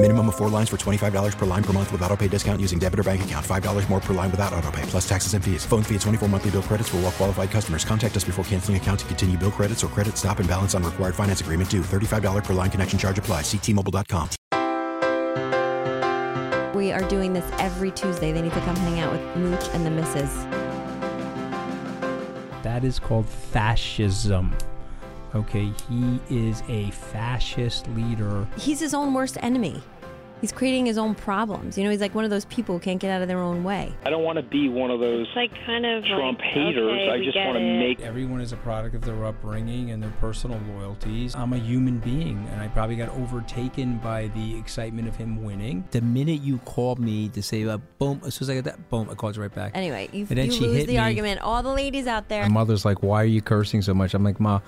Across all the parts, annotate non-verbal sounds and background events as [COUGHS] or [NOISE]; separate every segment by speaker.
Speaker 1: Minimum of four lines for $25 per line per month with auto pay discount using debit or bank account. $5 more per line without auto pay, plus taxes and fees. Phone fee at 24 monthly bill credits for all well qualified customers. Contact us before canceling account to continue bill credits or credit stop and balance on required finance agreement due. $35 per line connection charge applies. Ctmobile.com.
Speaker 2: We are doing this every Tuesday. They need to come hang out with Mooch and the Misses.
Speaker 3: That is called fascism. Okay, he is a fascist leader.
Speaker 2: He's his own worst enemy. He's creating his own problems. You know, he's like one of those people who can't get out of their own way.
Speaker 4: I don't want to be one of those
Speaker 5: It's like kind of
Speaker 4: Trump
Speaker 5: like,
Speaker 4: haters.
Speaker 5: okay,
Speaker 4: I
Speaker 5: we
Speaker 4: just
Speaker 5: get
Speaker 4: want to
Speaker 5: it.
Speaker 4: make.
Speaker 3: Everyone is a product of their upbringing and their personal loyalties. I'm a human being, and I probably got overtaken by the excitement of him winning. The minute you called me to say, uh, boom, as soon as I got that, boom, I called you right back.
Speaker 2: Anyway, you,
Speaker 3: And then
Speaker 2: you
Speaker 3: she
Speaker 2: lose
Speaker 3: hit
Speaker 2: the
Speaker 3: me.
Speaker 2: argument. All the ladies out there.
Speaker 3: My mother's like, why are you cursing so much? I'm like, Ma,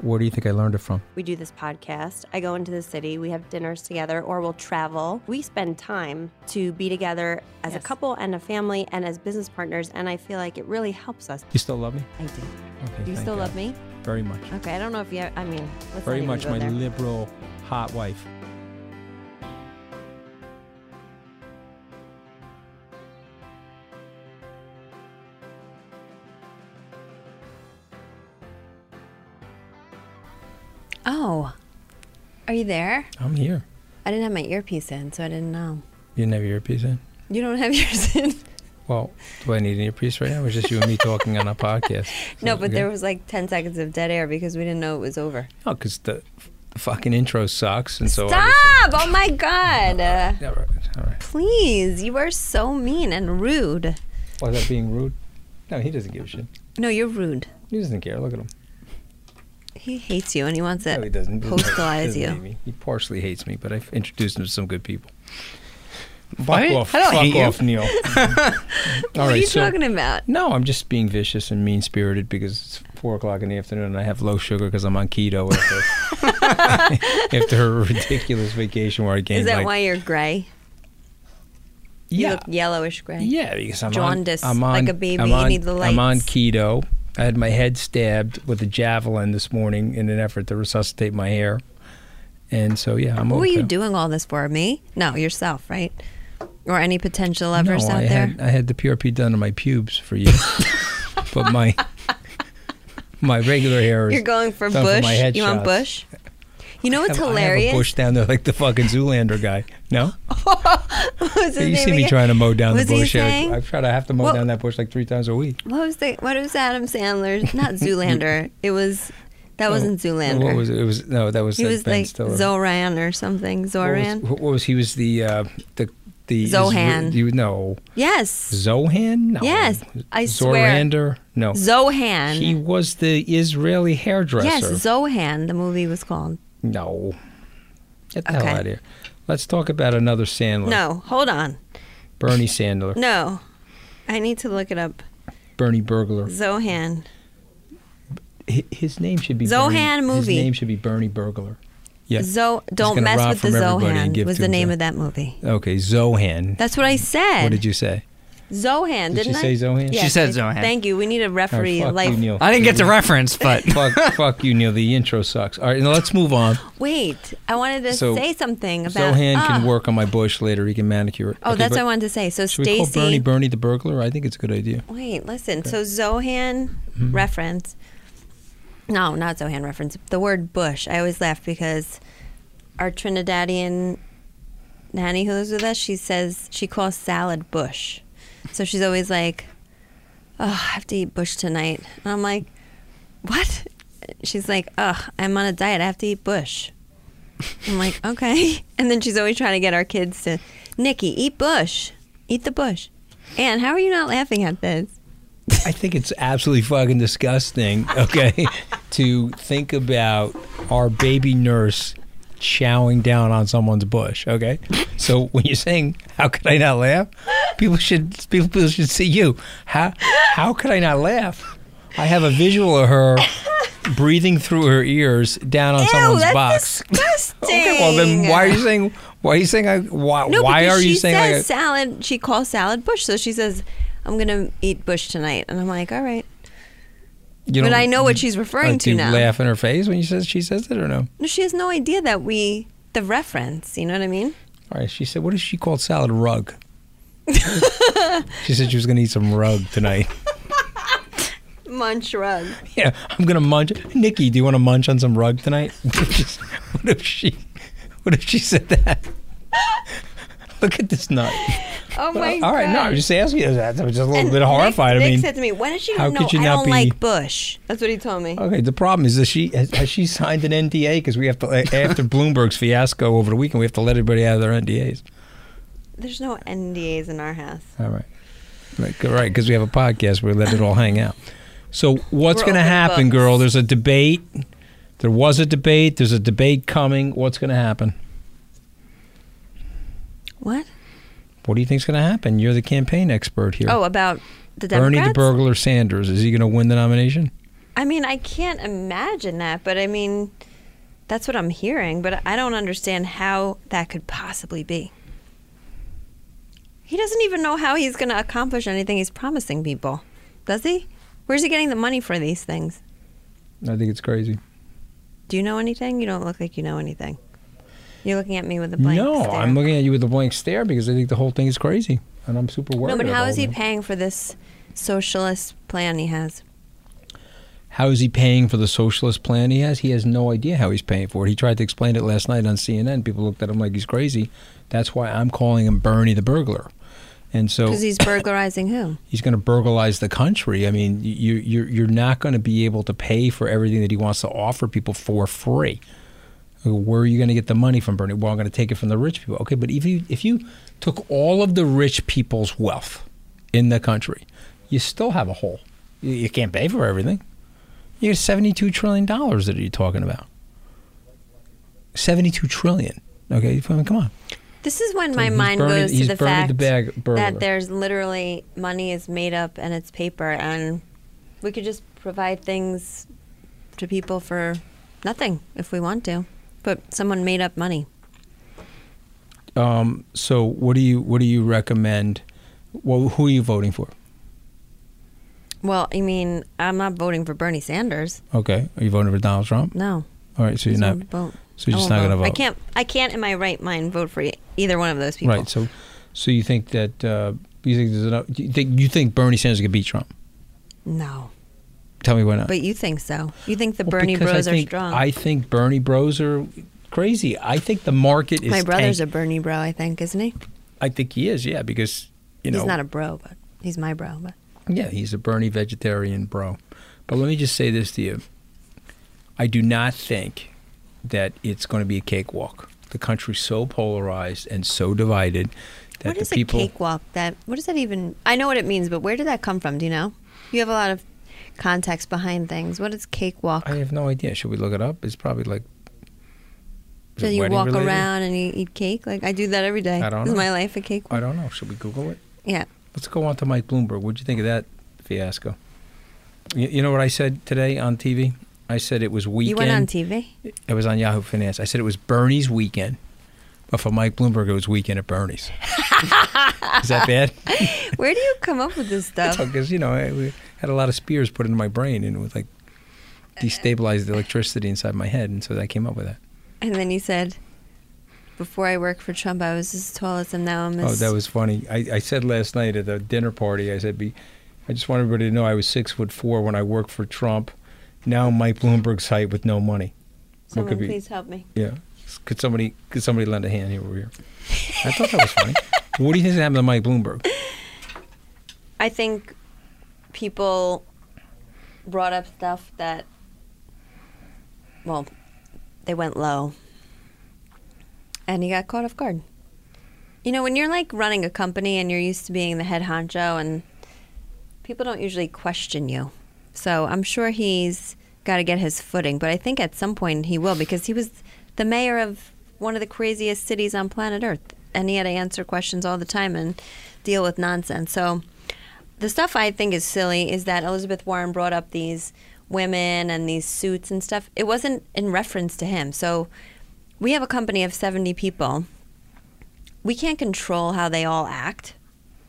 Speaker 3: where do you think I learned it from?
Speaker 2: We do this podcast. I go into the city. We have dinners together or we'll travel. We spend time to be together as a couple and a family and as business partners. And I feel like it really helps us.
Speaker 3: You still love me?
Speaker 2: I do.
Speaker 3: Okay.
Speaker 2: Do you
Speaker 3: thank
Speaker 2: still
Speaker 3: God.
Speaker 2: love me?
Speaker 3: Very much.
Speaker 2: Okay. I don't know if you, I mean, let's not
Speaker 3: Very
Speaker 2: even
Speaker 3: much
Speaker 2: go
Speaker 3: my
Speaker 2: there.
Speaker 3: liberal hot wife.
Speaker 2: Oh, are you there?
Speaker 3: I'm here.
Speaker 2: I didn't have my earpiece in, so I didn't know.
Speaker 3: You didn't have your earpiece in?
Speaker 2: You don't have [LAUGHS] yours in?
Speaker 3: Well, do I need an earpiece right now? It's just you
Speaker 2: [LAUGHS]
Speaker 3: and me talking on a podcast.
Speaker 2: no, but there was like 10 seconds of dead air because we didn't know it was over.
Speaker 3: No, because the f- fucking intro sucks, and so
Speaker 2: Stop!
Speaker 3: obviously-
Speaker 2: Oh my God. Uh,
Speaker 3: Yeah, right, all right.
Speaker 2: please, you are so mean and rude.
Speaker 3: Was that being rude? No, he doesn't give a shit.
Speaker 2: No, you're rude.
Speaker 3: He doesn't care. Look at him.
Speaker 2: He hates you and he wants to
Speaker 3: No, he doesn't. He doesn't-
Speaker 2: postalize
Speaker 3: doesn't
Speaker 2: you.
Speaker 3: hate me. He partially hates me, but I've introduced him to some good people.
Speaker 5: What?
Speaker 3: Fuck off,
Speaker 5: I don't
Speaker 3: fuck
Speaker 5: hate you.
Speaker 3: off, Neil. [LAUGHS] all
Speaker 2: what are
Speaker 3: right,
Speaker 2: you
Speaker 3: so
Speaker 2: talking about?
Speaker 3: no, I'm just being vicious and mean spirited because it's four o'clock in the afternoon and I have low sugar because I'm on keto after, after a ridiculous vacation where I gained
Speaker 2: Is that
Speaker 3: like
Speaker 2: why you're gray? You
Speaker 3: yeah,
Speaker 2: look yellowish gray.
Speaker 3: Yeah, because I'm
Speaker 2: Jaundice,
Speaker 3: on, I'm on,
Speaker 2: like a baby,
Speaker 3: I'm
Speaker 2: you
Speaker 3: on,
Speaker 2: need the
Speaker 3: I'm on
Speaker 2: lights.
Speaker 3: keto. I had my head stabbed with a javelin this morning in an effort to resuscitate my hair. And so, yeah, I'm
Speaker 2: What were
Speaker 3: okay.
Speaker 2: you doing all this for? Me? No, yourself, right? Or any potential
Speaker 3: No,
Speaker 2: lovers out
Speaker 3: I
Speaker 2: there?
Speaker 3: had, I had the PRP done on my pubes for you,
Speaker 2: [LAUGHS]
Speaker 3: but my my regular hair is
Speaker 2: You're going for
Speaker 3: done
Speaker 2: Bush?
Speaker 3: For my
Speaker 2: you want
Speaker 3: headshots.
Speaker 2: Bush? You know what's
Speaker 3: [LAUGHS] I have- I
Speaker 2: hilarious?
Speaker 3: have a bush down there like the fucking Zoolander guy. No,
Speaker 2: What was his
Speaker 3: you
Speaker 2: name
Speaker 3: see me
Speaker 2: again?
Speaker 3: trying to mow down
Speaker 2: What's
Speaker 3: the
Speaker 2: he
Speaker 3: bush.
Speaker 2: saying?
Speaker 3: I, I try to have to mow
Speaker 2: Well-
Speaker 3: down that bush like three times a week.
Speaker 2: What was the what was Adam Sandler's not Zoolander. it was that wasn't Zoolander.
Speaker 3: Oh, What was it? It was no, that was
Speaker 2: he
Speaker 3: like
Speaker 2: was
Speaker 3: Ben
Speaker 2: like
Speaker 3: Stiller.
Speaker 2: Zoran or something. Zoran.
Speaker 3: What was, what was- he was the uh, the the
Speaker 2: Zohan.
Speaker 3: Isra- you know
Speaker 2: yes.
Speaker 3: Zohan? No.
Speaker 2: Yes, I swear.
Speaker 3: Zorander? No.
Speaker 2: Zohan.
Speaker 3: He was the Israeli hairdresser.
Speaker 2: yes, Zohan. The movie was called.
Speaker 3: no. Get the
Speaker 2: Okay.
Speaker 3: hell out of here. Let's talk about another Sandler.
Speaker 2: No, hold on.
Speaker 3: Bernie Sandler.
Speaker 2: No, I need to look it up.
Speaker 3: Bernie Burglar.
Speaker 2: Zohan.
Speaker 3: Hi- His name should be
Speaker 2: Zohan
Speaker 3: Bernie,
Speaker 2: movie.
Speaker 3: His name should be Bernie Burglar. Yeah.
Speaker 2: Zo. Don't
Speaker 3: gonna
Speaker 2: mess
Speaker 3: rob
Speaker 2: with the
Speaker 3: from everybody and
Speaker 2: Zohan.
Speaker 3: give
Speaker 2: Was
Speaker 3: to
Speaker 2: the name
Speaker 3: himself.
Speaker 2: of that movie?
Speaker 3: okay, Zohan.
Speaker 2: That's what I said.
Speaker 3: what did you say?
Speaker 2: Zohan?
Speaker 3: Did
Speaker 2: Didn't
Speaker 3: she
Speaker 2: I?
Speaker 3: say Zohan?
Speaker 5: She
Speaker 2: Yes,
Speaker 5: said
Speaker 2: it-
Speaker 5: Zohan.
Speaker 2: Thank you. We need a
Speaker 3: All right,
Speaker 2: referee.
Speaker 3: fuck
Speaker 2: life.
Speaker 3: you, Neil.
Speaker 5: I didn't get the reference, but
Speaker 3: [LAUGHS]
Speaker 5: [LAUGHS]
Speaker 3: fuck, fuck you, Neil. The intro sucks. All right, now let's move on.
Speaker 2: Wait, I wanted to
Speaker 3: So,
Speaker 2: say something [LAUGHS] about.
Speaker 3: Zohan can
Speaker 2: Ah.
Speaker 3: work on my bush later. He can manicure it.
Speaker 2: Oh,
Speaker 3: Okay,
Speaker 2: that's
Speaker 3: but
Speaker 2: what I wanted to say. So
Speaker 3: Should we call
Speaker 2: Stacy.
Speaker 3: Bernie Bernie the burglar? I think it's a good idea.
Speaker 2: Wait, listen. So Zohan reference. No, not Zohan reference. The word bush. I always laugh because our Trinidadian nanny who lives with us, she says she calls salad bush. So she's always like, "Oh, I have to eat bush tonight," and I'm like, "What?" She's like, "Ugh, I'm on a diet. I have to eat bush." I'm like, okay. [LAUGHS] And then she's always trying to get our kids to, Nikki, eat bush, eat the bush. Anne, how are you not laughing at this?
Speaker 3: I think it's absolutely
Speaker 2: [LAUGHS]
Speaker 3: fucking disgusting, okay, to think about our baby nurse chowing down on someone's bush, okay? So when you're saying, how could I not laugh? People should people, people should see you. How how could I not laugh? I have a visual of her breathing through her ears down on
Speaker 2: Ew,
Speaker 3: someone's
Speaker 2: that's
Speaker 3: box. [LAUGHS]
Speaker 2: disgusting.
Speaker 3: Okay, well then why are you saying why are you saying I why,
Speaker 2: No,
Speaker 3: why
Speaker 2: because
Speaker 3: are you
Speaker 2: she
Speaker 3: saying
Speaker 2: says
Speaker 3: like a-
Speaker 2: salad. She calls salad bush, so she says, "I'm gonna eat bush tonight," and I'm like, "All right."
Speaker 3: you
Speaker 2: but
Speaker 3: don't-
Speaker 2: I know what she's
Speaker 3: like,
Speaker 2: referring
Speaker 3: do
Speaker 2: to
Speaker 3: you
Speaker 2: now.
Speaker 3: laugh in her face when she says she says it or no?
Speaker 2: No, she has no idea that we the reference. You know what I mean?
Speaker 3: All right, she said, what is she called salad rug? she said she was going to eat some rug tonight. [LAUGHS]
Speaker 2: Munch rug.
Speaker 3: Yeah, I'm going to munch. Nikki, do you want to munch on some rug tonight? [LAUGHS] Just- what if she what if she said that? [LAUGHS] Look at this nut.
Speaker 2: Oh [LAUGHS] my god!
Speaker 3: All right, no, I'm just asking you that. I was just a little
Speaker 2: And
Speaker 3: bit
Speaker 2: Nick-
Speaker 3: horrified.
Speaker 2: Nick
Speaker 3: I mean,
Speaker 2: said to me, "Why did you
Speaker 3: how
Speaker 2: know
Speaker 3: could you
Speaker 2: I
Speaker 3: not
Speaker 2: don't
Speaker 3: be- Uh,
Speaker 2: like bush?" That's what he told me.
Speaker 3: Okay, the problem is that she has, has she signed an NDA because we have to after Bloomberg's fiasco over the weekend we have to let everybody out of their NDAs.
Speaker 2: There's no NDAs in our house.
Speaker 3: All right, right, go- right, because we have a podcast where we let it all hang out. So what's
Speaker 2: We're
Speaker 3: going to
Speaker 2: open
Speaker 3: happen,
Speaker 2: books.
Speaker 3: girl? There's a debate. There was a debate. There's a debate coming. What's going to happen?
Speaker 2: What?
Speaker 3: What do you think's going to happen? You're the campaign expert here.
Speaker 2: Oh, about the
Speaker 3: Bernie
Speaker 2: Democrats.
Speaker 3: the burglar Sanders is he going to win the nomination?
Speaker 2: I mean, I can't imagine that, but I mean, that's what I'm hearing, but I don't understand how that could possibly be. He doesn't even know how he's going to accomplish anything he's promising people, does he? Where's he getting the money for these things?
Speaker 3: I think it's crazy.
Speaker 2: Do you know anything? You don't look like you know anything. You're looking at me with a blank
Speaker 3: no,
Speaker 2: stare.
Speaker 3: I'm looking at you with a blank stare because I think the whole thing is crazy, and I'm super worried.
Speaker 2: No, but how
Speaker 3: about
Speaker 2: is he
Speaker 3: it.
Speaker 2: paying for this socialist plan he has?
Speaker 3: How is he paying for the socialist plan he has? He has no idea how he's paying for it. He tried to explain it last night on CNN. People looked at him like he's crazy. That's why I'm calling him Bernie the burglar. And so
Speaker 2: Because he's burglarizing who?
Speaker 3: he's going to burglarize the country. I mean, you, you're you're not going to be able to pay for everything that he wants to offer people for free. Where are you going to get the money from, Bernie? Well, I'm going to take it from the rich people. Okay, but if you if you took all of the rich people's wealth in the country, you still have a hole. You, you can't pay for everything. You got seventy-two trillion dollars that you're talking about. Seventy-two trillion. Okay, come on.
Speaker 2: This is when my
Speaker 3: he's
Speaker 2: mind
Speaker 3: Bernie-
Speaker 2: goes to
Speaker 3: he's
Speaker 2: the
Speaker 3: Bernie
Speaker 2: fact
Speaker 3: the Bag- Burglar.
Speaker 2: that there's literally money is made up and it's paper, and we could just provide things to people for nothing if we want to. But someone made up money.
Speaker 3: Um, so what do you what do you recommend? Well, who are you voting for?
Speaker 2: Well, I mean, I'm not voting for Bernie Sanders.
Speaker 3: Okay, are you voting for Donald Trump?
Speaker 2: No,
Speaker 3: All right, so you're
Speaker 2: I
Speaker 3: not.
Speaker 2: won't vote.
Speaker 3: So you're
Speaker 2: I
Speaker 3: just
Speaker 2: won't
Speaker 3: not going to vote.
Speaker 2: I can't. I can't in my right mind vote for e- either one of those people.
Speaker 3: Right. So, so you think that uh, you think there's enough, you think you think Bernie Sanders can beat Trump?
Speaker 2: No,
Speaker 3: Tell me why not.
Speaker 2: but you think so? You think the
Speaker 3: Well,
Speaker 2: Bernie
Speaker 3: because
Speaker 2: Bros
Speaker 3: I think,
Speaker 2: are strong?
Speaker 3: I think Bernie Bros are crazy. I think the market is.
Speaker 2: my brother's
Speaker 3: tank-
Speaker 2: a Bernie Bro, I think, isn't he?
Speaker 3: I think he is. Yeah, because you know
Speaker 2: he's not a bro, but he's my bro. But
Speaker 3: Yeah, he's a Bernie vegetarian bro. But let me just say this to you. I do not think that it's going to be a cakewalk. The country's so polarized and so divided that
Speaker 2: what is
Speaker 3: the people
Speaker 2: a cakewalk? That what does that even? I know what it means, but where did that come from? Do you know? You have a lot of context behind things. What is cakewalk?
Speaker 3: I have no idea. Should we look it up? It's probably like is
Speaker 2: so
Speaker 3: it
Speaker 2: you
Speaker 3: wedding
Speaker 2: walk
Speaker 3: related?
Speaker 2: around and you eat cake. Like I do that every day.
Speaker 3: I don't
Speaker 2: is
Speaker 3: know.
Speaker 2: my life a cakewalk?
Speaker 3: I don't know. Should we Google it?
Speaker 2: Yeah.
Speaker 3: Let's go on to Mike Bloomberg. What'd you think of that fiasco? You, you know what I said today on TV? I said it was weekend.
Speaker 2: You went on TV.
Speaker 3: It was on Yahoo Finance. I said it was Bernie's weekend, but for Mike Bloomberg, it was weekend
Speaker 2: [LAUGHS]
Speaker 3: at Bernie's. Is that bad?
Speaker 2: Where do you come up with
Speaker 3: [LAUGHS]
Speaker 2: this stuff?
Speaker 3: Because you know, I we had a lot of spears put into my brain, and it was like
Speaker 2: Uh,
Speaker 3: destabilized the electricity inside my head, and so I came up with that.
Speaker 2: And then you said, "Before I worked for Trump, I was as tall as him. Now I'm
Speaker 3: Oh,
Speaker 2: as."
Speaker 3: that was funny. I, I said last night at the dinner party, I said, be, I just want everybody to know I was six foot four when I worked for Trump. Now Mike Bloomberg's height with no money. What
Speaker 2: Someone
Speaker 3: could be-
Speaker 2: please help me.
Speaker 3: Yeah. Could somebody could somebody lend a hand here over here? I thought that was funny. [LAUGHS] what do you think happened to Mike Bloomberg?
Speaker 2: I think people brought up stuff that, well, they went low. and he got caught off guard. You know, when you're like running a company and you're used to being the head honcho, and people don't usually question you. So I'm sure he's got to get his footing, but I think at some point he will because he was the mayor of one of the craziest cities on planet Earth, and he had to answer questions all the time and deal with nonsense. So the stuff I think is silly is that Elizabeth Warren brought up these women and these suits and stuff. It wasn't in reference to him. So we have a company of 70 people. We can't control how they all act.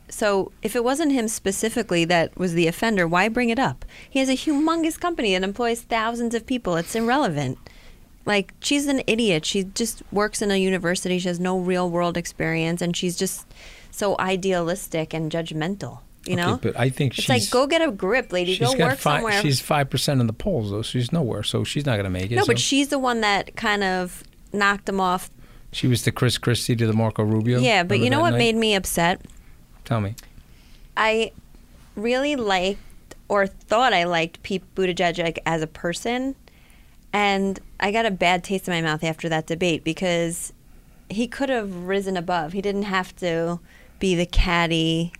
Speaker 2: So if it wasn't him specifically that was the offender, why bring it up? He has a humongous company that employs thousands of people. It's irrelevant. Like she's an idiot. She just works in a university. She has no real world experience and she's just so idealistic and judgmental, you know?
Speaker 3: but I think
Speaker 2: It's
Speaker 3: she's
Speaker 2: like go get a grip, lady. Go
Speaker 3: she's got
Speaker 2: work
Speaker 3: fi-
Speaker 2: somewhere.
Speaker 3: She's five percent in the polls though. She's nowhere, so she's not going to make it.
Speaker 2: no, but
Speaker 3: so-
Speaker 2: she's the one that kind of knocked him off.
Speaker 3: she was the Chris Christie to the Marco Rubio.
Speaker 2: Yeah, but
Speaker 3: Remember
Speaker 2: you know
Speaker 3: that
Speaker 2: what
Speaker 3: night?
Speaker 2: made me upset?
Speaker 3: Tell me.
Speaker 2: I really liked or thought I liked Pete Buttigieg like, as a person, and I got a bad taste in my mouth after that debate because he could have risen above. He didn't have to be the catty,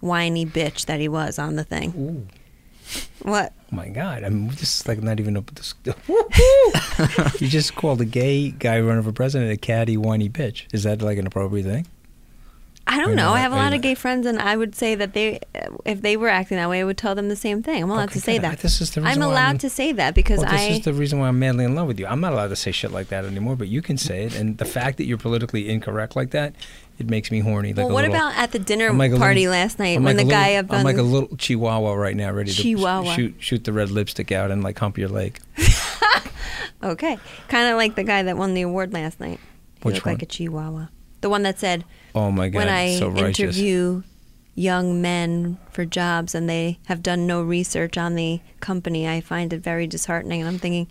Speaker 2: whiny bitch that he was on the thing. What?
Speaker 3: Oh my God! I mean, this is like not even up. [LAUGHS] This, you just called a gay guy running for president a catty, whiny bitch. Is that like an appropriate thing?
Speaker 2: I don't
Speaker 3: Wait a
Speaker 2: know. I
Speaker 3: minute,
Speaker 2: have a
Speaker 3: wait a
Speaker 2: lot of
Speaker 3: minute.
Speaker 2: gay friends, and I would say that they, if they were acting that way, I would tell them the same thing. I'm allowed
Speaker 3: Okay,
Speaker 2: to say
Speaker 3: good.
Speaker 2: that.
Speaker 3: This is the
Speaker 2: I'm
Speaker 3: reason why
Speaker 2: allowed
Speaker 3: I'm-
Speaker 2: to say that because
Speaker 3: Well,
Speaker 2: I.
Speaker 3: this is the reason why I'm madly in love with you. I'm not allowed to say shit like that anymore, but you can say it. And the fact that you're politically incorrect like that, it makes me horny. Like
Speaker 2: well,
Speaker 3: a
Speaker 2: what
Speaker 3: little,
Speaker 2: about at the dinner
Speaker 3: I'm like a
Speaker 2: party
Speaker 3: little-
Speaker 2: last night
Speaker 3: I'm
Speaker 2: when
Speaker 3: like
Speaker 2: the
Speaker 3: a
Speaker 2: guy
Speaker 3: little-
Speaker 2: up
Speaker 3: I'm
Speaker 2: on
Speaker 3: like a little chihuahua right now, ready to
Speaker 2: Chihuahua.
Speaker 3: sh- shoot shoot the red lipstick out and like hump your leg.
Speaker 2: Okay. Kind of like the guy that won the award last night. He
Speaker 3: Which
Speaker 2: looked
Speaker 3: one?
Speaker 2: like a chihuahua. The one that said,
Speaker 3: Oh my god,
Speaker 2: when I
Speaker 3: it's so righteous.
Speaker 2: interview young men for jobs and they have done no research on the company, I find it very disheartening. And I'm thinking,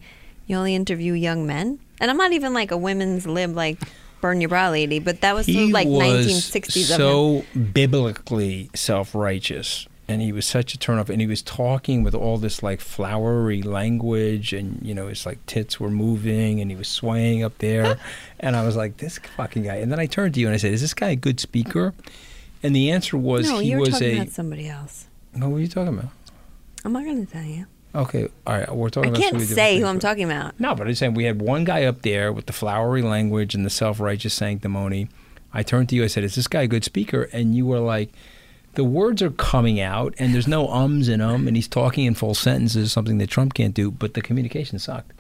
Speaker 2: you only interview young men? And I'm not even like a women's lib, like burn your bra lady, but that was the,
Speaker 3: he
Speaker 2: like
Speaker 3: was
Speaker 2: 1960s of him.
Speaker 3: so biblically self-righteous and he was such a turnoff and he was talking with all this like flowery language and you know his like tits were moving and he was swaying up
Speaker 2: [LAUGHS]
Speaker 3: there and i was like this fucking guy and then i turned to you and i said is this guy a good speaker and the answer was
Speaker 2: no,
Speaker 3: he
Speaker 2: you were
Speaker 3: was
Speaker 2: talking
Speaker 3: a
Speaker 2: about somebody else.
Speaker 3: what were you talking about
Speaker 2: I'm not going to tell you.
Speaker 3: okay all right we're talking
Speaker 2: I
Speaker 3: about
Speaker 2: can't
Speaker 3: somebody different
Speaker 2: say who
Speaker 3: things,
Speaker 2: I'm
Speaker 3: but-
Speaker 2: talking about.
Speaker 3: no, but I'm saying we had one guy up there with the flowery language and the self righteous sanctimony. I turned to you, I said, Is this guy a good speaker? And you were like, The words are coming out and there's no ums and um, and he's talking in full sentences, something that Trump can't do, but the communication sucked.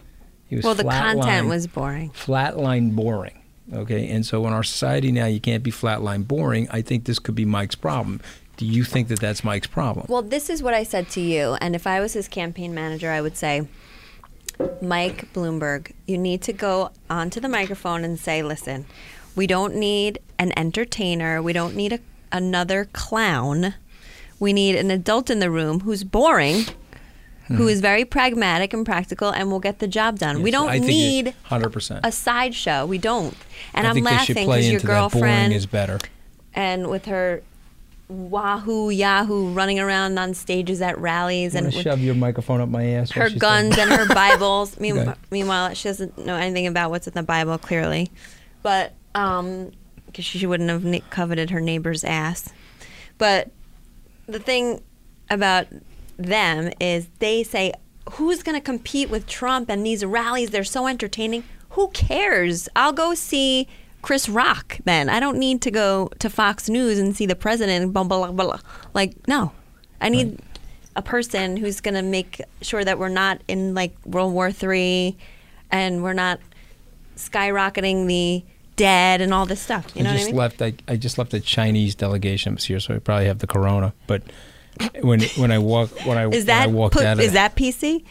Speaker 3: He was
Speaker 2: Well, the
Speaker 3: flatline-
Speaker 2: content was boring.
Speaker 3: Flatline boring. Okay. And so in our society now, you can't be flatline boring. I think this could be Mike's problem. Do you think that that's Mike's problem?
Speaker 2: Well, this is what I said to you, and if I was his campaign manager, I would say, Mike Bloomberg, you need to go onto the microphone and say, listen, we don't need an entertainer, we don't need a, another clown, we need an adult in the room who's boring. Who is very pragmatic and practical and will get the job done. we
Speaker 3: Hmm. Yes,
Speaker 2: don't
Speaker 3: I think you're-
Speaker 2: need
Speaker 3: 100%.
Speaker 2: a sideshow. We don't. And
Speaker 3: I
Speaker 2: am
Speaker 3: think they should
Speaker 2: laughing
Speaker 3: play
Speaker 2: because your
Speaker 3: into that boring
Speaker 2: girlfriend
Speaker 3: is better.
Speaker 2: and with her wahoo yahoo running around on stages at rallies
Speaker 3: I'm
Speaker 2: and
Speaker 3: going to
Speaker 2: with
Speaker 3: shove your microphone up my ass. while
Speaker 2: her
Speaker 3: she's talking.
Speaker 2: guns and
Speaker 3: [LAUGHS]
Speaker 2: her bibles Mean-
Speaker 3: Okay.
Speaker 2: meanwhile she doesn't know anything about what's in the bible clearly but um because she wouldn't have ne- coveted her neighbor's ass but the thing about them is they say who's going to compete with trump and these rallies they're so entertaining who cares i'll go see chris rock then i don't need to go to fox news and see the president blah blah blah, blah. like no i need a person who's going to make sure that we're not in like world war three and we're not skyrocketing the dead and all this stuff you know
Speaker 3: I
Speaker 2: what
Speaker 3: just
Speaker 2: i mean
Speaker 3: left. I, I just left a Chinese delegation this year, so I probably have the corona. But when when I walk when I
Speaker 2: [LAUGHS] is
Speaker 3: when
Speaker 2: that
Speaker 3: I walked
Speaker 2: pu-
Speaker 3: out of
Speaker 2: is that pc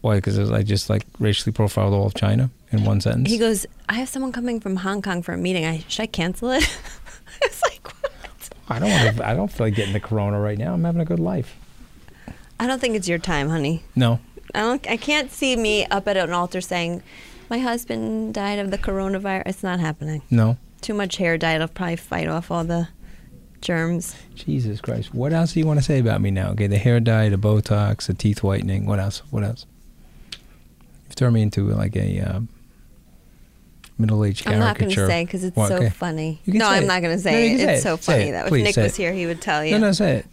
Speaker 3: why because I just like racially profiled all of China in one sentence.
Speaker 2: He goes, I have someone coming from Hong Kong for a meeting. I should I cancel it? [LAUGHS] it's like what?
Speaker 3: I don't want to. I don't feel like getting the corona right now. I'm having a good life.
Speaker 2: I don't think it's your time, honey.
Speaker 3: No,
Speaker 2: I don't. I can't see me up at an altar saying, "My husband died of the coronavirus." It's not happening.
Speaker 3: no.
Speaker 2: Too much hair dye. It'll probably fight off all the germs.
Speaker 3: Jesus Christ! What else do you want to say about me now? Okay, the hair dye, the Botox, the teeth whitening. What else? What else? You've turned me into like a uh, middle-aged
Speaker 2: I'm not going to
Speaker 3: caricature.
Speaker 2: say because it's
Speaker 3: Well,
Speaker 2: so
Speaker 3: okay.
Speaker 2: funny.
Speaker 3: You can
Speaker 2: No,
Speaker 3: say
Speaker 2: I'm
Speaker 3: it.
Speaker 2: not going to say
Speaker 3: No, you
Speaker 2: it.
Speaker 3: can
Speaker 2: It's
Speaker 3: it.
Speaker 2: so
Speaker 3: Say
Speaker 2: funny.
Speaker 3: it.
Speaker 2: That if
Speaker 3: Please
Speaker 2: Nick
Speaker 3: say
Speaker 2: was
Speaker 3: it.
Speaker 2: here, he would tell you.
Speaker 3: No, no, say it.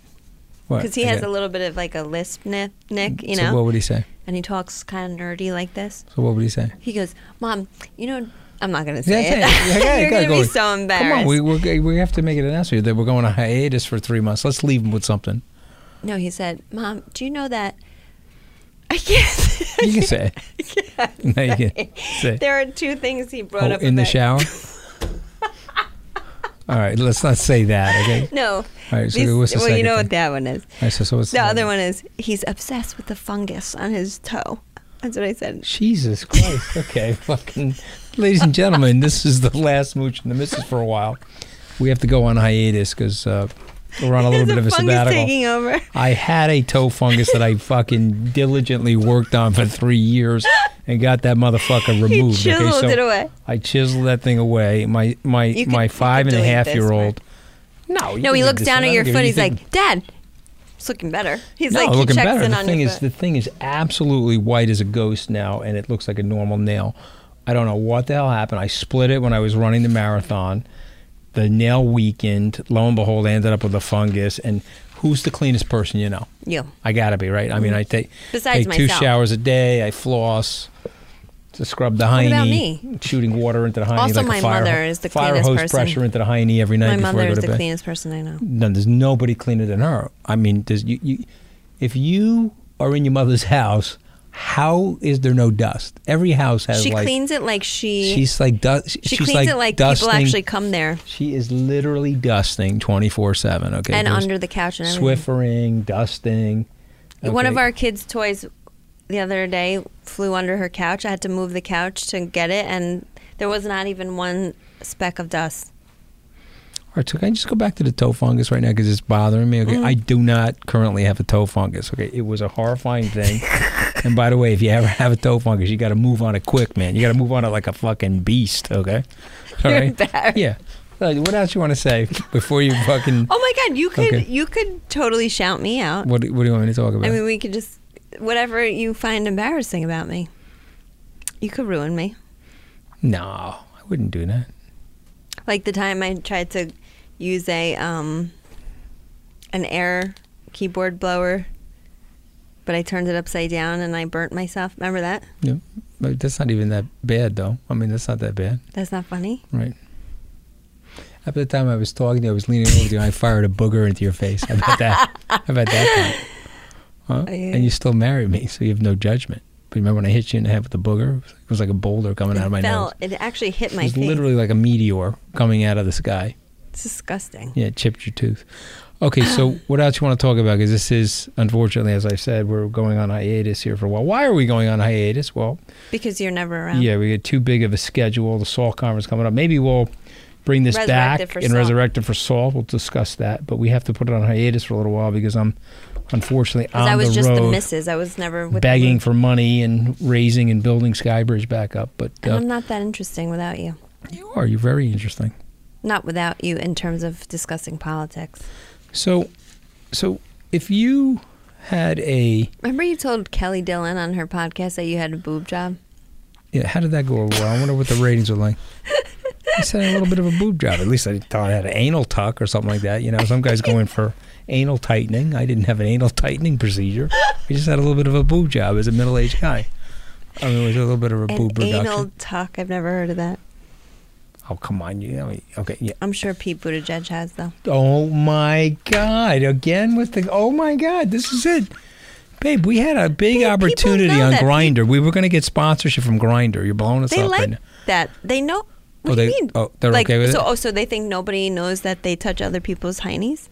Speaker 3: What?
Speaker 2: Because he has
Speaker 3: Okay.
Speaker 2: a little bit of like a lisp, Nick, Nick you
Speaker 3: So what
Speaker 2: know?
Speaker 3: would he say?
Speaker 2: and he talks kind of nerdy like this.
Speaker 3: So what would he say?
Speaker 2: He goes, Mom, you know, I'm not going to
Speaker 3: Yeah,
Speaker 2: say
Speaker 3: say it.
Speaker 2: [LAUGHS] it.
Speaker 3: Yeah, yeah,
Speaker 2: You're
Speaker 3: gotta
Speaker 2: going to be
Speaker 3: go.
Speaker 2: so embarrassed.
Speaker 3: Come on, we we're, g- we have to make an announcement that we're going on hiatus for three months. Let's leave him with something.
Speaker 2: No, he said, Mom, do you know that? [LAUGHS] I can't. [LAUGHS]
Speaker 3: You can say it. No, you can say it.
Speaker 2: There are two things he brought
Speaker 3: Oh,
Speaker 2: up
Speaker 3: in the
Speaker 2: about- [LAUGHS]
Speaker 3: shower. All right, let's not say that. Okay.
Speaker 2: No.
Speaker 3: All right, so what's the
Speaker 2: well, you
Speaker 3: second
Speaker 2: know
Speaker 3: thing?
Speaker 2: what that one is.
Speaker 3: All right, so, so what's
Speaker 2: The other one is he's obsessed with the fungus on his toe. That's what I said.
Speaker 3: Jesus Christ. Okay, [LAUGHS] fucking ladies and gentlemen, this is the last mooch and the missus for a while. We have to go on hiatus because uh,
Speaker 2: [LAUGHS]
Speaker 3: we're on a little
Speaker 2: Is the
Speaker 3: bit of a
Speaker 2: fungus
Speaker 3: sabbatical.
Speaker 2: taking
Speaker 3: [LAUGHS]
Speaker 2: over?
Speaker 3: I had a toe fungus that I fucking diligently worked on for three years and got that
Speaker 2: [LAUGHS]
Speaker 3: motherfucker
Speaker 2: He
Speaker 3: removed.
Speaker 2: chiseled
Speaker 3: okay, so
Speaker 2: it away.
Speaker 3: I chiseled that thing away. My my
Speaker 2: You could-
Speaker 3: my
Speaker 2: you could
Speaker 3: five and a
Speaker 2: delete
Speaker 3: half
Speaker 2: this
Speaker 3: year
Speaker 2: part.
Speaker 3: old. No,
Speaker 2: No,
Speaker 3: you can
Speaker 2: he
Speaker 3: leave
Speaker 2: looks
Speaker 3: this
Speaker 2: down
Speaker 3: in.
Speaker 2: at
Speaker 3: I
Speaker 2: your
Speaker 3: don't
Speaker 2: foot.
Speaker 3: give-
Speaker 2: He's
Speaker 3: you think-
Speaker 2: like, Dad, it's looking better. He's
Speaker 3: no,
Speaker 2: like, he
Speaker 3: looking
Speaker 2: checks
Speaker 3: better.
Speaker 2: in
Speaker 3: the
Speaker 2: on
Speaker 3: thing
Speaker 2: your
Speaker 3: is,
Speaker 2: foot.
Speaker 3: the thing is absolutely white as a ghost now, and it looks like a normal nail. I don't know what the hell happened. I split it when I was running the marathon. The nail weakened. Lo and behold, I ended up with a fungus. And who's the cleanest person you know?
Speaker 2: You.
Speaker 3: I gotta be right. I mean, I take
Speaker 2: Mm-hmm. Besides
Speaker 3: take two
Speaker 2: myself.
Speaker 3: showers a day. I floss to scrub the
Speaker 2: What
Speaker 3: hiney,
Speaker 2: about me?
Speaker 3: shooting water into the hiney.
Speaker 2: Also,
Speaker 3: like
Speaker 2: my
Speaker 3: a fire,
Speaker 2: mother
Speaker 3: ho-
Speaker 2: is the
Speaker 3: fire
Speaker 2: cleanest
Speaker 3: hose
Speaker 2: person.
Speaker 3: pressure into the hiney every night
Speaker 2: My
Speaker 3: before I
Speaker 2: mother
Speaker 3: go
Speaker 2: is
Speaker 3: to
Speaker 2: the
Speaker 3: bed.
Speaker 2: cleanest person I know.
Speaker 3: No, there's nobody cleaner than her. I mean, does you, you if you are in your mother's house, how is there no dust? Every house has
Speaker 2: She
Speaker 3: like
Speaker 2: cleans it like she.
Speaker 3: she's like dust.
Speaker 2: she cleans it like
Speaker 3: dusting.
Speaker 2: people actually come there
Speaker 3: She is literally dusting twenty four seven. Okay,
Speaker 2: and
Speaker 3: There's
Speaker 2: under the couch and everything.
Speaker 3: Swiffering, dusting.
Speaker 2: One of
Speaker 3: Okay.
Speaker 2: our kids' toys the other day flew under her couch. I had to move the couch to get it, and there was not even one speck of dust.
Speaker 3: All right, so can I just go back to the toe fungus right now because it's bothering me? Okay,
Speaker 2: Mm.
Speaker 3: I do not currently have a toe fungus. Okay, it was a
Speaker 2: [LAUGHS]
Speaker 3: horrifying thing. and by the way, if you ever have a toe fungus, you got to move on it quick, man. You got to move on it like a fucking beast. Okay,
Speaker 2: [LAUGHS]
Speaker 3: all
Speaker 2: You're
Speaker 3: right,
Speaker 2: embarrassed.
Speaker 3: yeah. Like, what else you want to say before you
Speaker 2: [LAUGHS]
Speaker 3: fucking?
Speaker 2: Oh my god, you could
Speaker 3: Okay.
Speaker 2: you could totally shout me out.
Speaker 3: What, do- what do you want me to talk about?
Speaker 2: I mean, we could just whatever you find embarrassing about me. You could ruin me.
Speaker 3: no, I wouldn't do that.
Speaker 2: Like the time I tried to use a um an air keyboard blower, but I turned it upside down and I burnt myself. Remember that?
Speaker 3: No, but that's not even that bad, though. I mean, that's not that bad.
Speaker 2: That's not funny.
Speaker 3: Right. At the time I was talking to you, I was leaning over to you and I fired a booger into your face. How about that? How about that? Huh?
Speaker 2: yeah.
Speaker 3: And you still married me, so you have no judgment. But remember when I hit you in the head with the booger? It was like a boulder coming out of my
Speaker 2: Fell.
Speaker 3: nose.
Speaker 2: It actually hit
Speaker 3: it
Speaker 2: my
Speaker 3: was
Speaker 2: face.
Speaker 3: literally like a meteor coming out of the sky.
Speaker 2: It's disgusting.
Speaker 3: Yeah, it chipped your tooth. Okay, so
Speaker 2: [SIGHS]
Speaker 3: what else you want to talk about? Because this is, unfortunately, as I said, we're going on hiatus here for a while. Why are we going on hiatus? Well,
Speaker 2: Because you're never around.
Speaker 3: yeah, we get too big of a schedule. The Salt Conference coming up. Maybe we'll bring this
Speaker 2: Resurrect
Speaker 3: back
Speaker 2: it for
Speaker 3: and
Speaker 2: Salt.
Speaker 3: resurrect it for Salt. We'll discuss that, but we have to put it on hiatus for a little while because I'm unfortunately on
Speaker 2: Because I was
Speaker 3: the
Speaker 2: just the
Speaker 3: road
Speaker 2: missus. I was never with the
Speaker 3: begging
Speaker 2: group.
Speaker 3: for money and raising and building Skybridge back up. But
Speaker 2: And
Speaker 3: uh,
Speaker 2: I'm not that interesting without you.
Speaker 3: you are. You're very interesting.
Speaker 2: Not without you in terms of discussing politics.
Speaker 3: So, so if you had a
Speaker 2: Remember you told Kelly Dillon on her podcast that you had a boob job?
Speaker 3: yeah, how did that go over? I wonder what the ratings were like. I said a little bit of a boob job. At least I thought I had an anal tuck or something like that. You know, some guys go in for anal tightening. I didn't have an anal tightening procedure. I just had a little bit of a boob job as a middle aged guy. I mean, it was a little bit of a
Speaker 2: An
Speaker 3: boob reduction.
Speaker 2: anal tuck. I've never heard of that.
Speaker 3: Oh come on, you know, okay, yeah.
Speaker 2: I'm sure Pete Buttigieg has though.
Speaker 3: Oh my god, again with the oh my god, this is it. Babe, we had a big
Speaker 2: People
Speaker 3: opportunity
Speaker 2: know
Speaker 3: on
Speaker 2: that.
Speaker 3: Grinder. We were going to get sponsorship from Grinder. You're blowing us
Speaker 2: They
Speaker 3: up
Speaker 2: like
Speaker 3: right now.
Speaker 2: that. They know. What
Speaker 3: Oh,
Speaker 2: do you
Speaker 3: they-
Speaker 2: mean?
Speaker 3: oh, they're
Speaker 2: like,
Speaker 3: okay with
Speaker 2: so,
Speaker 3: it?
Speaker 2: Oh, so they think nobody knows that they touch other people's heinies?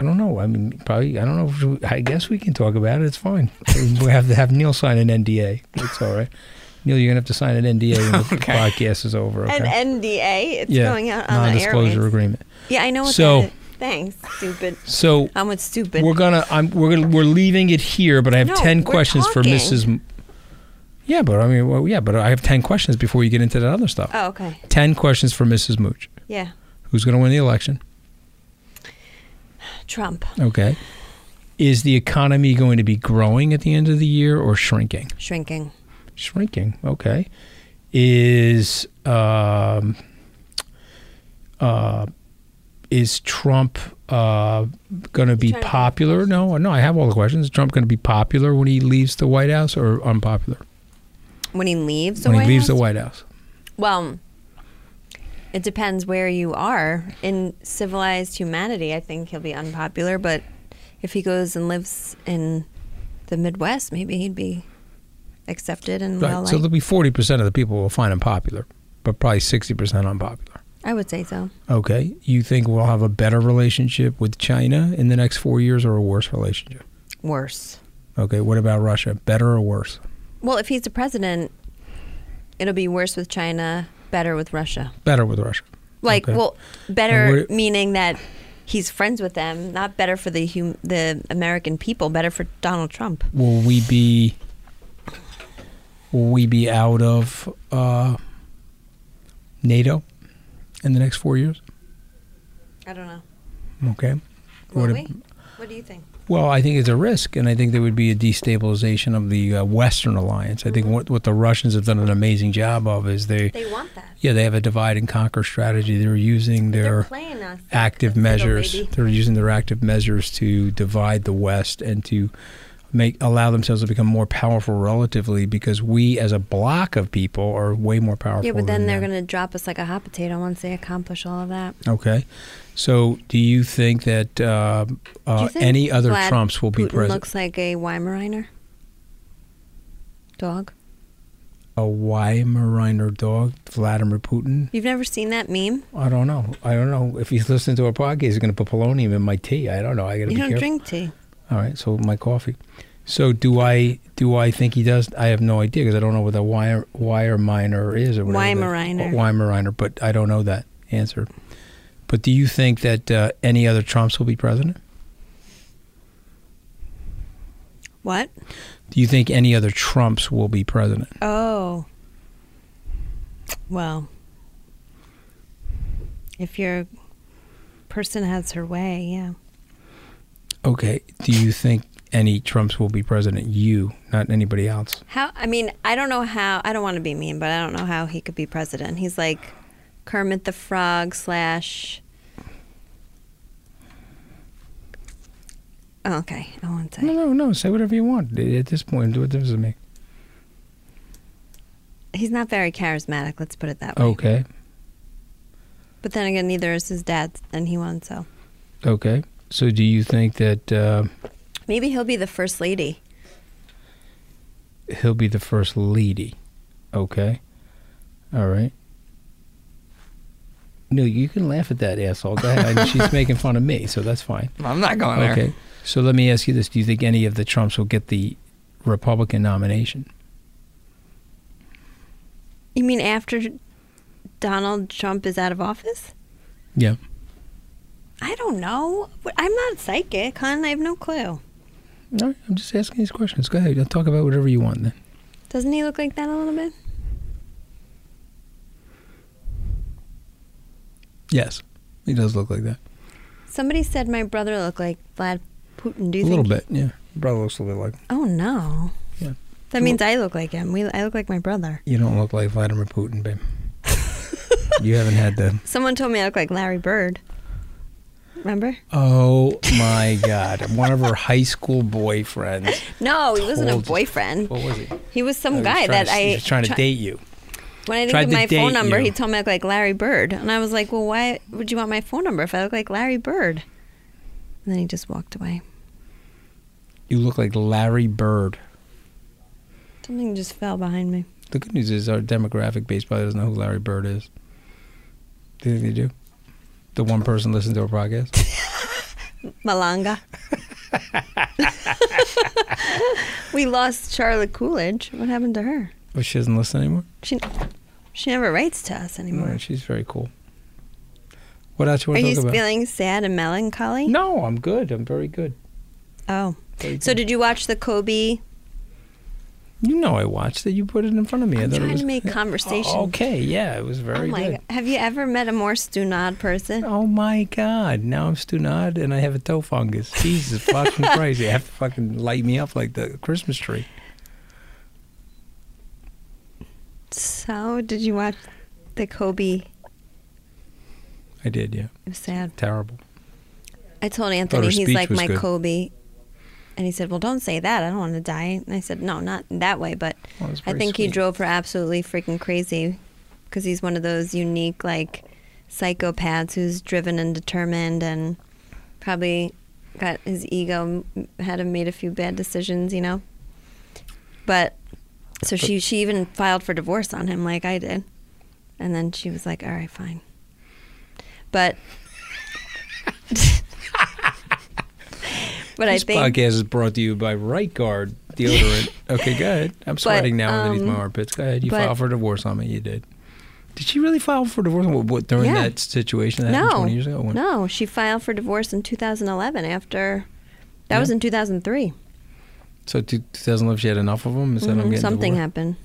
Speaker 3: I don't know. I mean, probably. I don't know. If we, I guess we can talk about it. It's fine. [LAUGHS] we have to have Neil sign an NDA. It's all right. Neil, you're gonna have to sign an NDA when the podcast is over. Okay.
Speaker 2: An NDA? It's going out on the
Speaker 3: non-disclosure
Speaker 2: airwaves.
Speaker 3: agreement.
Speaker 2: Yeah, I know what
Speaker 3: So-
Speaker 2: that is. Thanks, stupid.
Speaker 3: So
Speaker 2: [LAUGHS] I'm with stupid.
Speaker 3: we're gonna. I'm. We're gonna. We're leaving it here. But I have
Speaker 2: Oh, No,
Speaker 3: ten
Speaker 2: we're
Speaker 3: questions for
Speaker 2: talking.
Speaker 3: Mrs. M- Yeah, but I mean, well, yeah, but I have ten questions before you get into that other stuff.
Speaker 2: oh, okay.
Speaker 3: Ten questions for Mrs. Mooch.
Speaker 2: Yeah.
Speaker 3: Who's gonna win the election?
Speaker 2: Trump.
Speaker 3: Okay. Is the economy going to be growing at the end of the year or shrinking?
Speaker 2: Shrinking.
Speaker 3: Shrinking. Okay. is um, uh, is Trump uh, going to be
Speaker 2: trying to-
Speaker 3: popular? No, no, I have all the questions. Is Trump going to be popular when he leaves the White House or unpopular
Speaker 2: When he leaves the
Speaker 3: when
Speaker 2: White
Speaker 3: he leaves
Speaker 2: House?
Speaker 3: the White House?
Speaker 2: Well, it depends where you are. In civilized humanity, I think he'll be unpopular, but if he goes and lives in the Midwest, maybe he'd be accepted and
Speaker 3: Right.
Speaker 2: well
Speaker 3: So there'll
Speaker 2: liked.
Speaker 3: be forty percent of the people will find him popular, but probably sixty percent unpopular.
Speaker 2: I would say so.
Speaker 3: Okay, you think we'll have a better relationship with China in the next four years or a worse relationship?
Speaker 2: Worse.
Speaker 3: Okay, what about Russia? Better or worse?
Speaker 2: Well, if he's the president, it'll be worse with China, better with Russia.
Speaker 3: Better with Russia.
Speaker 2: Like,
Speaker 3: Okay.
Speaker 2: well, better
Speaker 3: And we're-
Speaker 2: meaning that he's friends with them, not better for the hum- the American people, better for Donald Trump.
Speaker 3: Will we be? Will we be out of uh, NATO in the next four years?
Speaker 2: I don't know.
Speaker 3: Okay.
Speaker 2: Will
Speaker 3: What a-
Speaker 2: we? What do you think?
Speaker 3: Well, I think it's a risk, and I think there would be a destabilization of the uh, Western alliance. I think what what the Russians have done an amazing job of is they,
Speaker 2: They want that.
Speaker 3: yeah, they have a divide and conquer strategy. They're using
Speaker 2: They're
Speaker 3: their
Speaker 2: playing us.
Speaker 3: active
Speaker 2: Little
Speaker 3: measures.
Speaker 2: baby.
Speaker 3: They're using their active measures to divide the West and to make allow themselves to become more powerful relatively because we as a block of people are way more powerful.
Speaker 2: Yeah, but then
Speaker 3: than
Speaker 2: they're
Speaker 3: them.
Speaker 2: going to drop us like a hot potato once they accomplish all of that.
Speaker 3: Okay. So, do you think that uh,
Speaker 2: Do
Speaker 3: uh,
Speaker 2: you think
Speaker 3: any other
Speaker 2: Vlad
Speaker 3: Trumps will be
Speaker 2: Putin
Speaker 3: president?
Speaker 2: looks like a Weimaraner dog.
Speaker 3: a Weimaraner dog, Vladimir Putin?
Speaker 2: You've never seen that meme?
Speaker 3: I don't know. I don't know [LAUGHS] if he's listening to our podcast. He's going to put polonium in my tea. I don't know. I got to be
Speaker 2: You don't
Speaker 3: careful.
Speaker 2: drink tea.
Speaker 3: All right, so my coffee. So do I? Do I think he does? I have no idea because I don't know what the wire wire miner is or whatever.
Speaker 2: Weimaraner.
Speaker 3: that- Weimaraner, but I don't know that answer. But do you think that uh, any other Trumps will be president?
Speaker 2: What?
Speaker 3: Do you think any other Trumps will be president?
Speaker 2: Oh. Well, if your person has her way, yeah.
Speaker 3: Okay. Do you think any Trumps will be president? You, not anybody else.
Speaker 2: How? I mean, I don't know how. I don't want to be mean, but I don't know how he could be president. He's like Kermit the Frog slash. Oh, okay, I won't
Speaker 3: No,
Speaker 2: say.
Speaker 3: no, no. Say whatever you want. At this point, do what difference does it make?
Speaker 2: He's not very charismatic. Let's put it that way.
Speaker 3: Okay.
Speaker 2: But then again, neither is his dad, and he won. So
Speaker 3: Okay. So do you think that? Uh,
Speaker 2: maybe he'll be the first lady.
Speaker 3: he'll be the first lady. Okay. All right. No, you can laugh at that asshole. Go ahead. I mean, she's making fun of me, so that's fine.
Speaker 5: [LAUGHS] I'm not going there.
Speaker 3: Okay. So let me ask you this: Do you think any of the Trumps will get the Republican nomination?
Speaker 2: You mean after Donald Trump is out of office?
Speaker 3: Yeah.
Speaker 2: I don't know. But I'm not psychic, hon. I have no clue.
Speaker 3: All right. I'm just asking these questions. Go ahead. I'll talk about whatever you want then.
Speaker 2: Doesn't he look like that a little bit?
Speaker 3: Yes. He does look like that.
Speaker 2: Somebody said my brother looked like Vlad Putin. Do you
Speaker 3: a
Speaker 2: think
Speaker 3: little
Speaker 2: he-
Speaker 3: bit. Yeah. Brother looks a little like.
Speaker 2: Oh no.
Speaker 3: Yeah.
Speaker 2: That means I look like him. We, I look like my brother.
Speaker 3: You don't look like Vladimir Putin, babe. [LAUGHS] you haven't had the.
Speaker 2: Someone told me I look like Larry Bird. Remember?
Speaker 3: Oh my God! One of her high school boyfriends.
Speaker 2: No, he wasn't a
Speaker 3: Told-
Speaker 2: boyfriend.
Speaker 3: What was he?
Speaker 2: He was some
Speaker 3: Oh, he was
Speaker 2: [LAUGHS] guy
Speaker 3: trying
Speaker 2: that
Speaker 3: to,
Speaker 2: I
Speaker 3: he was trying to
Speaker 2: try-
Speaker 3: date you.
Speaker 2: When I didn't
Speaker 3: tried
Speaker 2: give
Speaker 3: to
Speaker 2: my phone
Speaker 3: date
Speaker 2: number,
Speaker 3: you.
Speaker 2: he told me I look like Larry Bird, and I was like, "Well, why would you want my phone number if I look like Larry Bird?" And then he just walked away.
Speaker 3: You look like Larry Bird.
Speaker 2: Something just fell behind me.
Speaker 3: The good news is our demographic base probably doesn't know who Larry Bird is. Do you think they do? The one person listening to our
Speaker 2: [LAUGHS]
Speaker 3: podcast.
Speaker 2: Malanga. [LAUGHS] we lost Charlotte Coolidge. What happened to her?
Speaker 3: But she doesn't listen anymore.
Speaker 2: She she never writes to us anymore.
Speaker 3: Alright, she's very cool. What else you
Speaker 2: Are
Speaker 3: want to
Speaker 2: you
Speaker 3: talk about?
Speaker 2: feeling sad and melancholy?
Speaker 3: no, I'm good. I'm very good.
Speaker 2: Oh.
Speaker 3: Very
Speaker 2: So
Speaker 3: good.
Speaker 2: did you watch the Kobe?
Speaker 3: you know I watched it. You put it in front of me. I
Speaker 2: I'm
Speaker 3: thought it
Speaker 2: trying
Speaker 3: was
Speaker 2: to make conversation.
Speaker 3: [LAUGHS] Oh, okay, yeah, it was very
Speaker 2: oh my
Speaker 3: good.
Speaker 2: God. Have you ever met a more stunod person?
Speaker 3: Oh my God! Now I'm stunad and I have a toe fungus. Jesus fucking
Speaker 2: [LAUGHS]
Speaker 3: crazy! You have to fucking light me up like the Christmas tree.
Speaker 2: It's how did you watch the Kobe?
Speaker 3: I did, yeah.
Speaker 2: It was sad.
Speaker 3: Terrible.
Speaker 2: I told
Speaker 3: Oh, her
Speaker 2: Anthony, he's
Speaker 3: speech
Speaker 2: like
Speaker 3: was
Speaker 2: my
Speaker 3: good.
Speaker 2: Kobe. And he said, Well, don't say that. I don't want to die. And I said, No, not in that way. But
Speaker 3: Well, that's
Speaker 2: I
Speaker 3: very
Speaker 2: think he
Speaker 3: sweet.
Speaker 2: drove her absolutely freaking crazy because he's one of those unique, like, psychopaths who's driven and determined and probably got his ego, m- had him made a few bad decisions, you know? But so she, she even filed for divorce on him, like I did. And then she was like, All right, fine.
Speaker 3: [LAUGHS]
Speaker 2: But. [LAUGHS] But
Speaker 3: this
Speaker 2: I think
Speaker 3: podcast is brought to you by Right Guard
Speaker 2: [LAUGHS]
Speaker 3: deodorant. okay, go ahead. I'm sweating now underneath my
Speaker 2: um,
Speaker 3: armpits. Go ahead. You
Speaker 2: but-
Speaker 3: filed for divorce on me. You did. Did she really file for divorce what, what, during
Speaker 2: Yeah.
Speaker 3: that situation that happened
Speaker 2: no,
Speaker 3: 20 years ago? When-
Speaker 2: no, she filed for divorce in 2011. After that was
Speaker 3: Yeah.
Speaker 2: in 2003.
Speaker 3: So two- 2011, she had enough of them. Is that I'm
Speaker 2: Mhm,
Speaker 3: getting
Speaker 2: Something
Speaker 3: divorced?
Speaker 2: happened,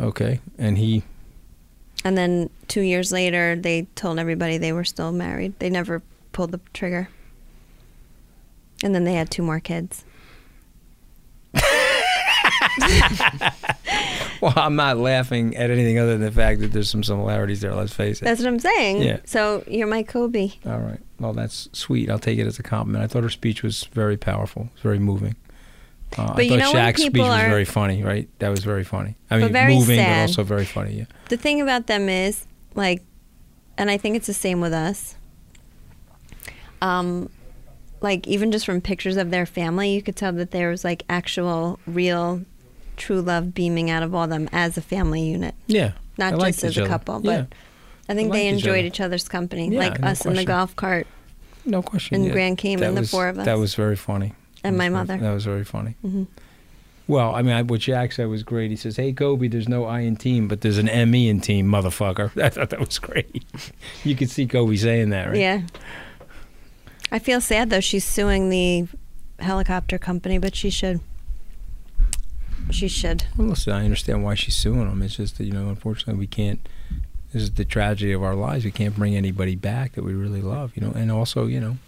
Speaker 3: Okay, and he [LAUGHS]
Speaker 2: and then two years later, they told everybody they were still married. They never pulled the trigger, and then they had two more kids.
Speaker 3: Well, I'm not laughing at anything other than the fact that there's some similarities there. Let's face it.
Speaker 2: That's what I'm saying.
Speaker 3: Yeah.
Speaker 2: So you're my Kobe.
Speaker 3: All right. Well, that's sweet. I'll take it as a compliment. I thought her speech was very powerful. It was very moving. Uh, I
Speaker 2: But you know
Speaker 3: thought
Speaker 2: when
Speaker 3: Shaq's speech
Speaker 2: people
Speaker 3: was
Speaker 2: are-
Speaker 3: very funny, right? That was very funny. I
Speaker 2: But
Speaker 3: mean,
Speaker 2: very
Speaker 3: moving,
Speaker 2: sad.
Speaker 3: but also very funny. Yeah.
Speaker 2: The thing about them is like, and I think it's the same with us. Um, like even just from pictures of their family, you could tell that there was like actual, real, true love beaming out of all them as a family unit,
Speaker 3: Yeah.
Speaker 2: not
Speaker 3: I liked
Speaker 2: just as
Speaker 3: each
Speaker 2: a
Speaker 3: other.
Speaker 2: couple.
Speaker 3: Yeah.
Speaker 2: But I think
Speaker 3: They
Speaker 2: they
Speaker 3: liked each
Speaker 2: enjoyed
Speaker 3: other.
Speaker 2: each, other's company,
Speaker 3: Yeah,
Speaker 2: like
Speaker 3: no
Speaker 2: us in the
Speaker 3: question.
Speaker 2: golf cart
Speaker 3: no question.
Speaker 2: and
Speaker 3: yeah.
Speaker 2: Grand Cayman,
Speaker 3: That
Speaker 2: the
Speaker 3: was-
Speaker 2: four of us.
Speaker 3: That was very funny.
Speaker 2: and my
Speaker 3: That was
Speaker 2: mother. Mm-hmm.
Speaker 3: very- That was very funny. Well, I mean, I, what Jack said was great. He says, "Hey, Kobe, there's no I in team, but there's an M E in team, motherfucker." [LAUGHS] I thought that was great. [LAUGHS] you could see Kobe saying that, right?
Speaker 2: Yeah. I feel sad though. She's suing the helicopter company, but she should. She should.
Speaker 3: Well, listen, I understand why she's suing them. It's just that you know, unfortunately, we can't. This is the tragedy of our lives. We can't bring anybody back that we really love, you know. And also, you know,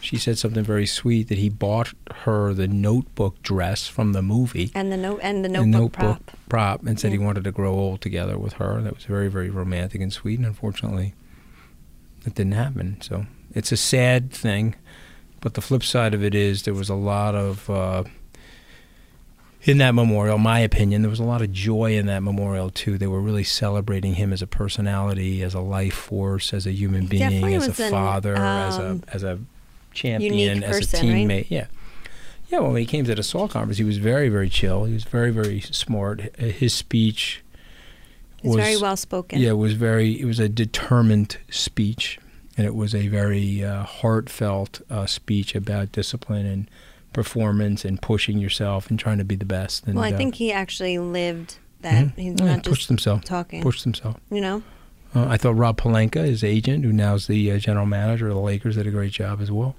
Speaker 3: she said something very sweet that he bought her the notebook dress from the movie,
Speaker 2: And the note and the
Speaker 3: the
Speaker 2: notebook,
Speaker 3: notebook
Speaker 2: prop.
Speaker 3: prop, and said he
Speaker 2: Yeah.
Speaker 3: wanted to grow old together with her. That was very, very romantic and sweet. And unfortunately, it didn't happen. So it's a sad thing. But the flip side of it is there was a lot of, uh, in that memorial, my opinion, there was a lot of joy in that memorial too. They were really celebrating him as a personality, as a life force, as a human being,
Speaker 2: definitely
Speaker 3: as a
Speaker 2: was an,
Speaker 3: father, as a
Speaker 2: um,
Speaker 3: as a champion, as a
Speaker 2: person, right?
Speaker 3: teammate. Yeah. Yeah, well, when he came to the Soul Conference, he was very, very chill. He was very, very smart. H- His speech
Speaker 2: He's very well spoken.
Speaker 3: yeah, it was very. It was a determined speech, and it was a very uh, heartfelt uh, speech about discipline and performance and pushing yourself and trying to be the best. And,
Speaker 2: Well, I
Speaker 3: uh,
Speaker 2: think he actually lived that.
Speaker 3: mhm.
Speaker 2: He's
Speaker 3: Yeah,
Speaker 2: not
Speaker 3: pushed
Speaker 2: just
Speaker 3: himself.
Speaker 2: talking.
Speaker 3: Pushed himself.
Speaker 2: You know,
Speaker 3: Uh, I thought Rob Palenka, his agent, who now's the uh, general manager of the Lakers, did a great job as well.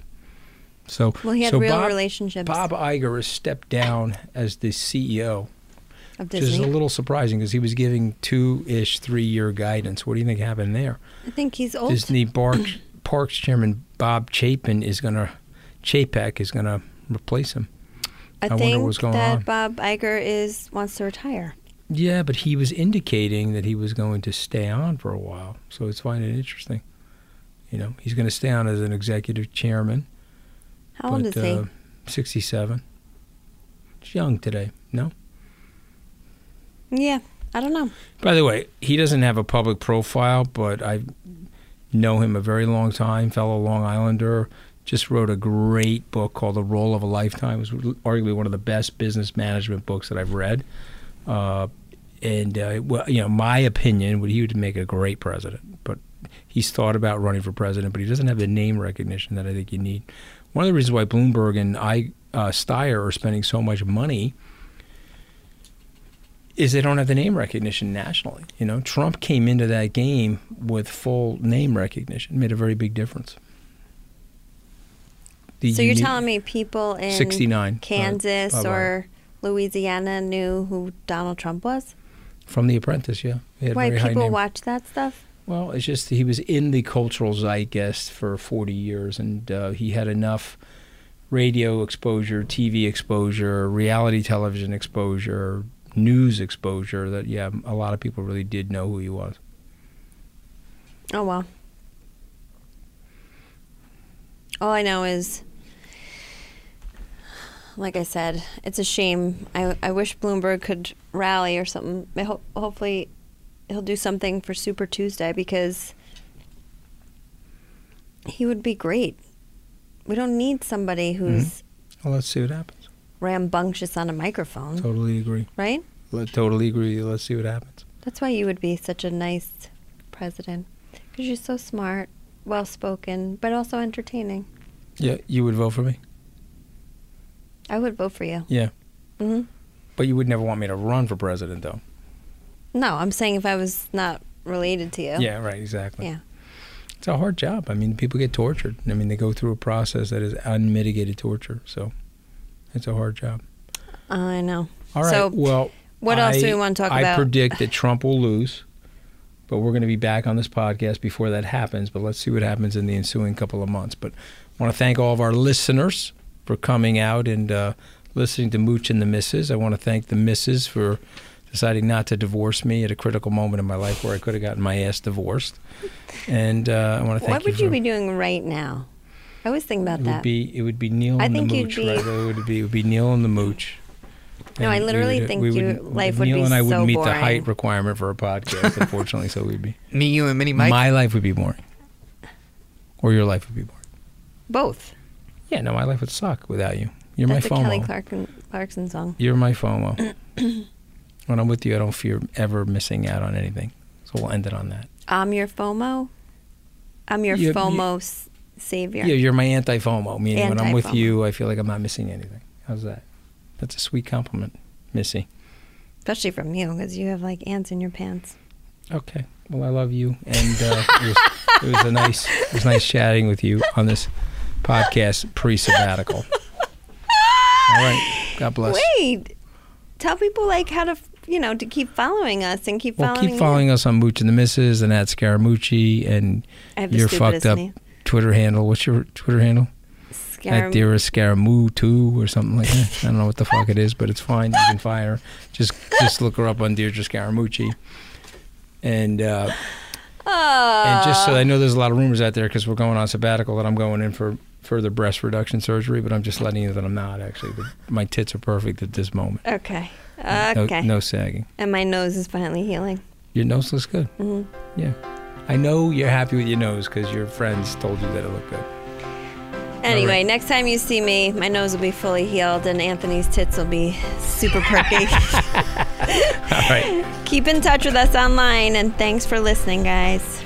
Speaker 3: So,
Speaker 2: Well, he had
Speaker 3: so
Speaker 2: real
Speaker 3: Bob,
Speaker 2: relationships.
Speaker 3: Bob Iger has stepped down as the E CEO,
Speaker 2: of
Speaker 3: which is
Speaker 2: Disney.
Speaker 3: a little surprising because he was giving two-ish, three-year guidance. What do you think happened there?
Speaker 2: I think he's old.
Speaker 3: Disney Parks, Parks Chairman Bob Chapin is going to Chapek is going to replace him.
Speaker 2: I,
Speaker 3: I wonder
Speaker 2: think
Speaker 3: what's going
Speaker 2: that
Speaker 3: on.
Speaker 2: Bob Iger is wants to retire.
Speaker 3: Yeah, but he was indicating that he was going to stay on for a while, so it's finding it interesting. You know, he's going to stay on as an executive chairman.
Speaker 2: How old is
Speaker 3: but,
Speaker 2: he?
Speaker 3: Uh, Sixty-seven. He's young today. No.
Speaker 2: Yeah, I don't know.
Speaker 3: By the way, he doesn't have a public profile, but I know him a very long time, fellow Long Islander. Just wrote a great book called The Role of a Lifetime. It was arguably one of the best business management books that I've read. Uh, and, uh, well, you know, my opinion would he would make a great president, but he's thought about running for president, but he doesn't have the name recognition that I think you need. One of the reasons why Bloomberg and I, uh, Steyer are spending so much money is they don't have the name recognition nationally. You know, Trump came into that game with full name recognition, made a very big difference. The
Speaker 2: So you're
Speaker 3: unique-
Speaker 2: telling me people in
Speaker 3: 69, uh,
Speaker 2: Kansas
Speaker 3: Bob Iger.
Speaker 2: or Louisiana knew who Donald Trump was?
Speaker 3: from The Apprentice, yeah, He had
Speaker 2: Why
Speaker 3: very high
Speaker 2: people
Speaker 3: name.
Speaker 2: watch that stuff?
Speaker 3: Well, it's just he was in the cultural zeitgeist for 40 years, and uh, he had enough radio exposure, TV exposure, reality television exposure, news exposure that yeah, a lot of people really did know who he was.
Speaker 2: Oh well. All I know is, like I said, it's a shame. I, I wish Bloomberg could rally or something. I hope hopefully he'll do something for Super Tuesday because he would be great. We don't need somebody who's
Speaker 3: Well, let's see what happens.
Speaker 2: rambunctious on a microphone,
Speaker 3: Totally agree.
Speaker 2: right?
Speaker 3: Let, totally agree. Let's see what happens.
Speaker 2: That's why you would be such a nice president because you're so smart, well spoken, but also entertaining.
Speaker 3: Yeah, you would vote for me.
Speaker 2: I would vote for you.
Speaker 3: Yeah,
Speaker 2: hmm
Speaker 3: but you would never want me to run for president, though.
Speaker 2: No, I'm saying if I was not related to you.
Speaker 3: Yeah, right. Exactly.
Speaker 2: Yeah.
Speaker 3: It's a hard job. I mean, people get tortured. I mean, they go through a process that is unmitigated torture. So, it's a hard job.
Speaker 2: Uh, I know.
Speaker 3: All right.
Speaker 2: So,
Speaker 3: well,
Speaker 2: what else do
Speaker 3: I-
Speaker 2: we want to talk
Speaker 3: I
Speaker 2: about?
Speaker 3: predict that Trump will lose, but we're going to be back on this podcast before that happens. But let's see what happens in the ensuing couple of months. But I want to thank all of our listeners for coming out and uh, listening to Mooch and the Misses. I want to thank the Misses for deciding not to divorce me at a critical moment in my life where I could have gotten my ass divorced. And uh, I want to thank
Speaker 2: what
Speaker 3: you.
Speaker 2: would you
Speaker 3: for-
Speaker 2: be doing right now? I was thinking about
Speaker 3: It
Speaker 2: that.
Speaker 3: would be it would be Neil
Speaker 2: I
Speaker 3: and
Speaker 2: think
Speaker 3: the
Speaker 2: you'd
Speaker 3: Mooch,
Speaker 2: be-
Speaker 3: right? It would be it would be Neil and the Mooch.
Speaker 2: No, I
Speaker 3: And we
Speaker 2: literally
Speaker 3: would-
Speaker 2: think
Speaker 3: we
Speaker 2: your life would
Speaker 3: Neil
Speaker 2: be
Speaker 3: and I would
Speaker 2: so
Speaker 3: meet the
Speaker 2: boring.
Speaker 3: height requirement for a podcast, unfortunately. so we'd [LAUGHS] be
Speaker 5: Me, you, and Mini Mike.
Speaker 3: my life would be boring, or your life would be boring.
Speaker 2: Both.
Speaker 3: Yeah, no, my life would suck without you. You're
Speaker 2: That's
Speaker 3: my
Speaker 2: a
Speaker 3: FOMO.
Speaker 2: Kelly Clarkson, Clarkson song.
Speaker 3: You're
Speaker 2: [COUGHS]
Speaker 3: my FOMO. when I'm with you, I don't fear ever missing out on anything. So we'll end it on that.
Speaker 2: I'm your FOMO. I'm your
Speaker 3: Yeah, yeah.
Speaker 2: FOMO s- savior.
Speaker 3: Yeah, you're my anti FOMO. Meaning, when I'm with
Speaker 2: Anti-FOMO.
Speaker 3: you, I feel like I'm not missing anything. How's that? That's a sweet compliment, Missy.
Speaker 2: Especially from you because you have like ants in your pants.
Speaker 3: Okay. Well, I love you, and uh, it, was, it was a nice, it was nice chatting with you on this podcast
Speaker 2: [LAUGHS]
Speaker 3: pre-sabbatical. All right. God bless.
Speaker 2: Wait. Tell people like how to, f- you know, to keep following us and keep
Speaker 3: well,
Speaker 2: following
Speaker 3: keep following us on Mooch and the Misses and at Scaramucci and
Speaker 2: I have the
Speaker 3: your
Speaker 2: stupidest
Speaker 3: fucked up
Speaker 2: name.
Speaker 3: Twitter handle. What's your Twitter handle?
Speaker 2: Scar-
Speaker 3: At dearest Scaramou two or something like that. I don't know what the fuck it is, but it's fine. You can fire. Just just look her up on Deirdre Scaramucci. And uh, And just so I know there's a lot of rumors out there because we're going on sabbatical that I'm going in for further breast reduction surgery, but I'm just letting you know that I'm not actually. But my tits are perfect at this moment.
Speaker 2: Okay.
Speaker 3: No-
Speaker 2: Okay.
Speaker 3: No, sagging.
Speaker 2: And my nose is finally healing.
Speaker 3: Your nose looks good.
Speaker 2: Mhm.
Speaker 3: Yeah. I know you're happy with your nose because your friends told you that it looked good. [LAUGHS]
Speaker 2: Anyway,
Speaker 3: right.
Speaker 2: next time you see me, my nose will be fully healed and Anthony's tits will be super
Speaker 3: [LAUGHS]
Speaker 2: perky.
Speaker 3: All right.
Speaker 2: Keep in touch with us online and thanks for listening, guys.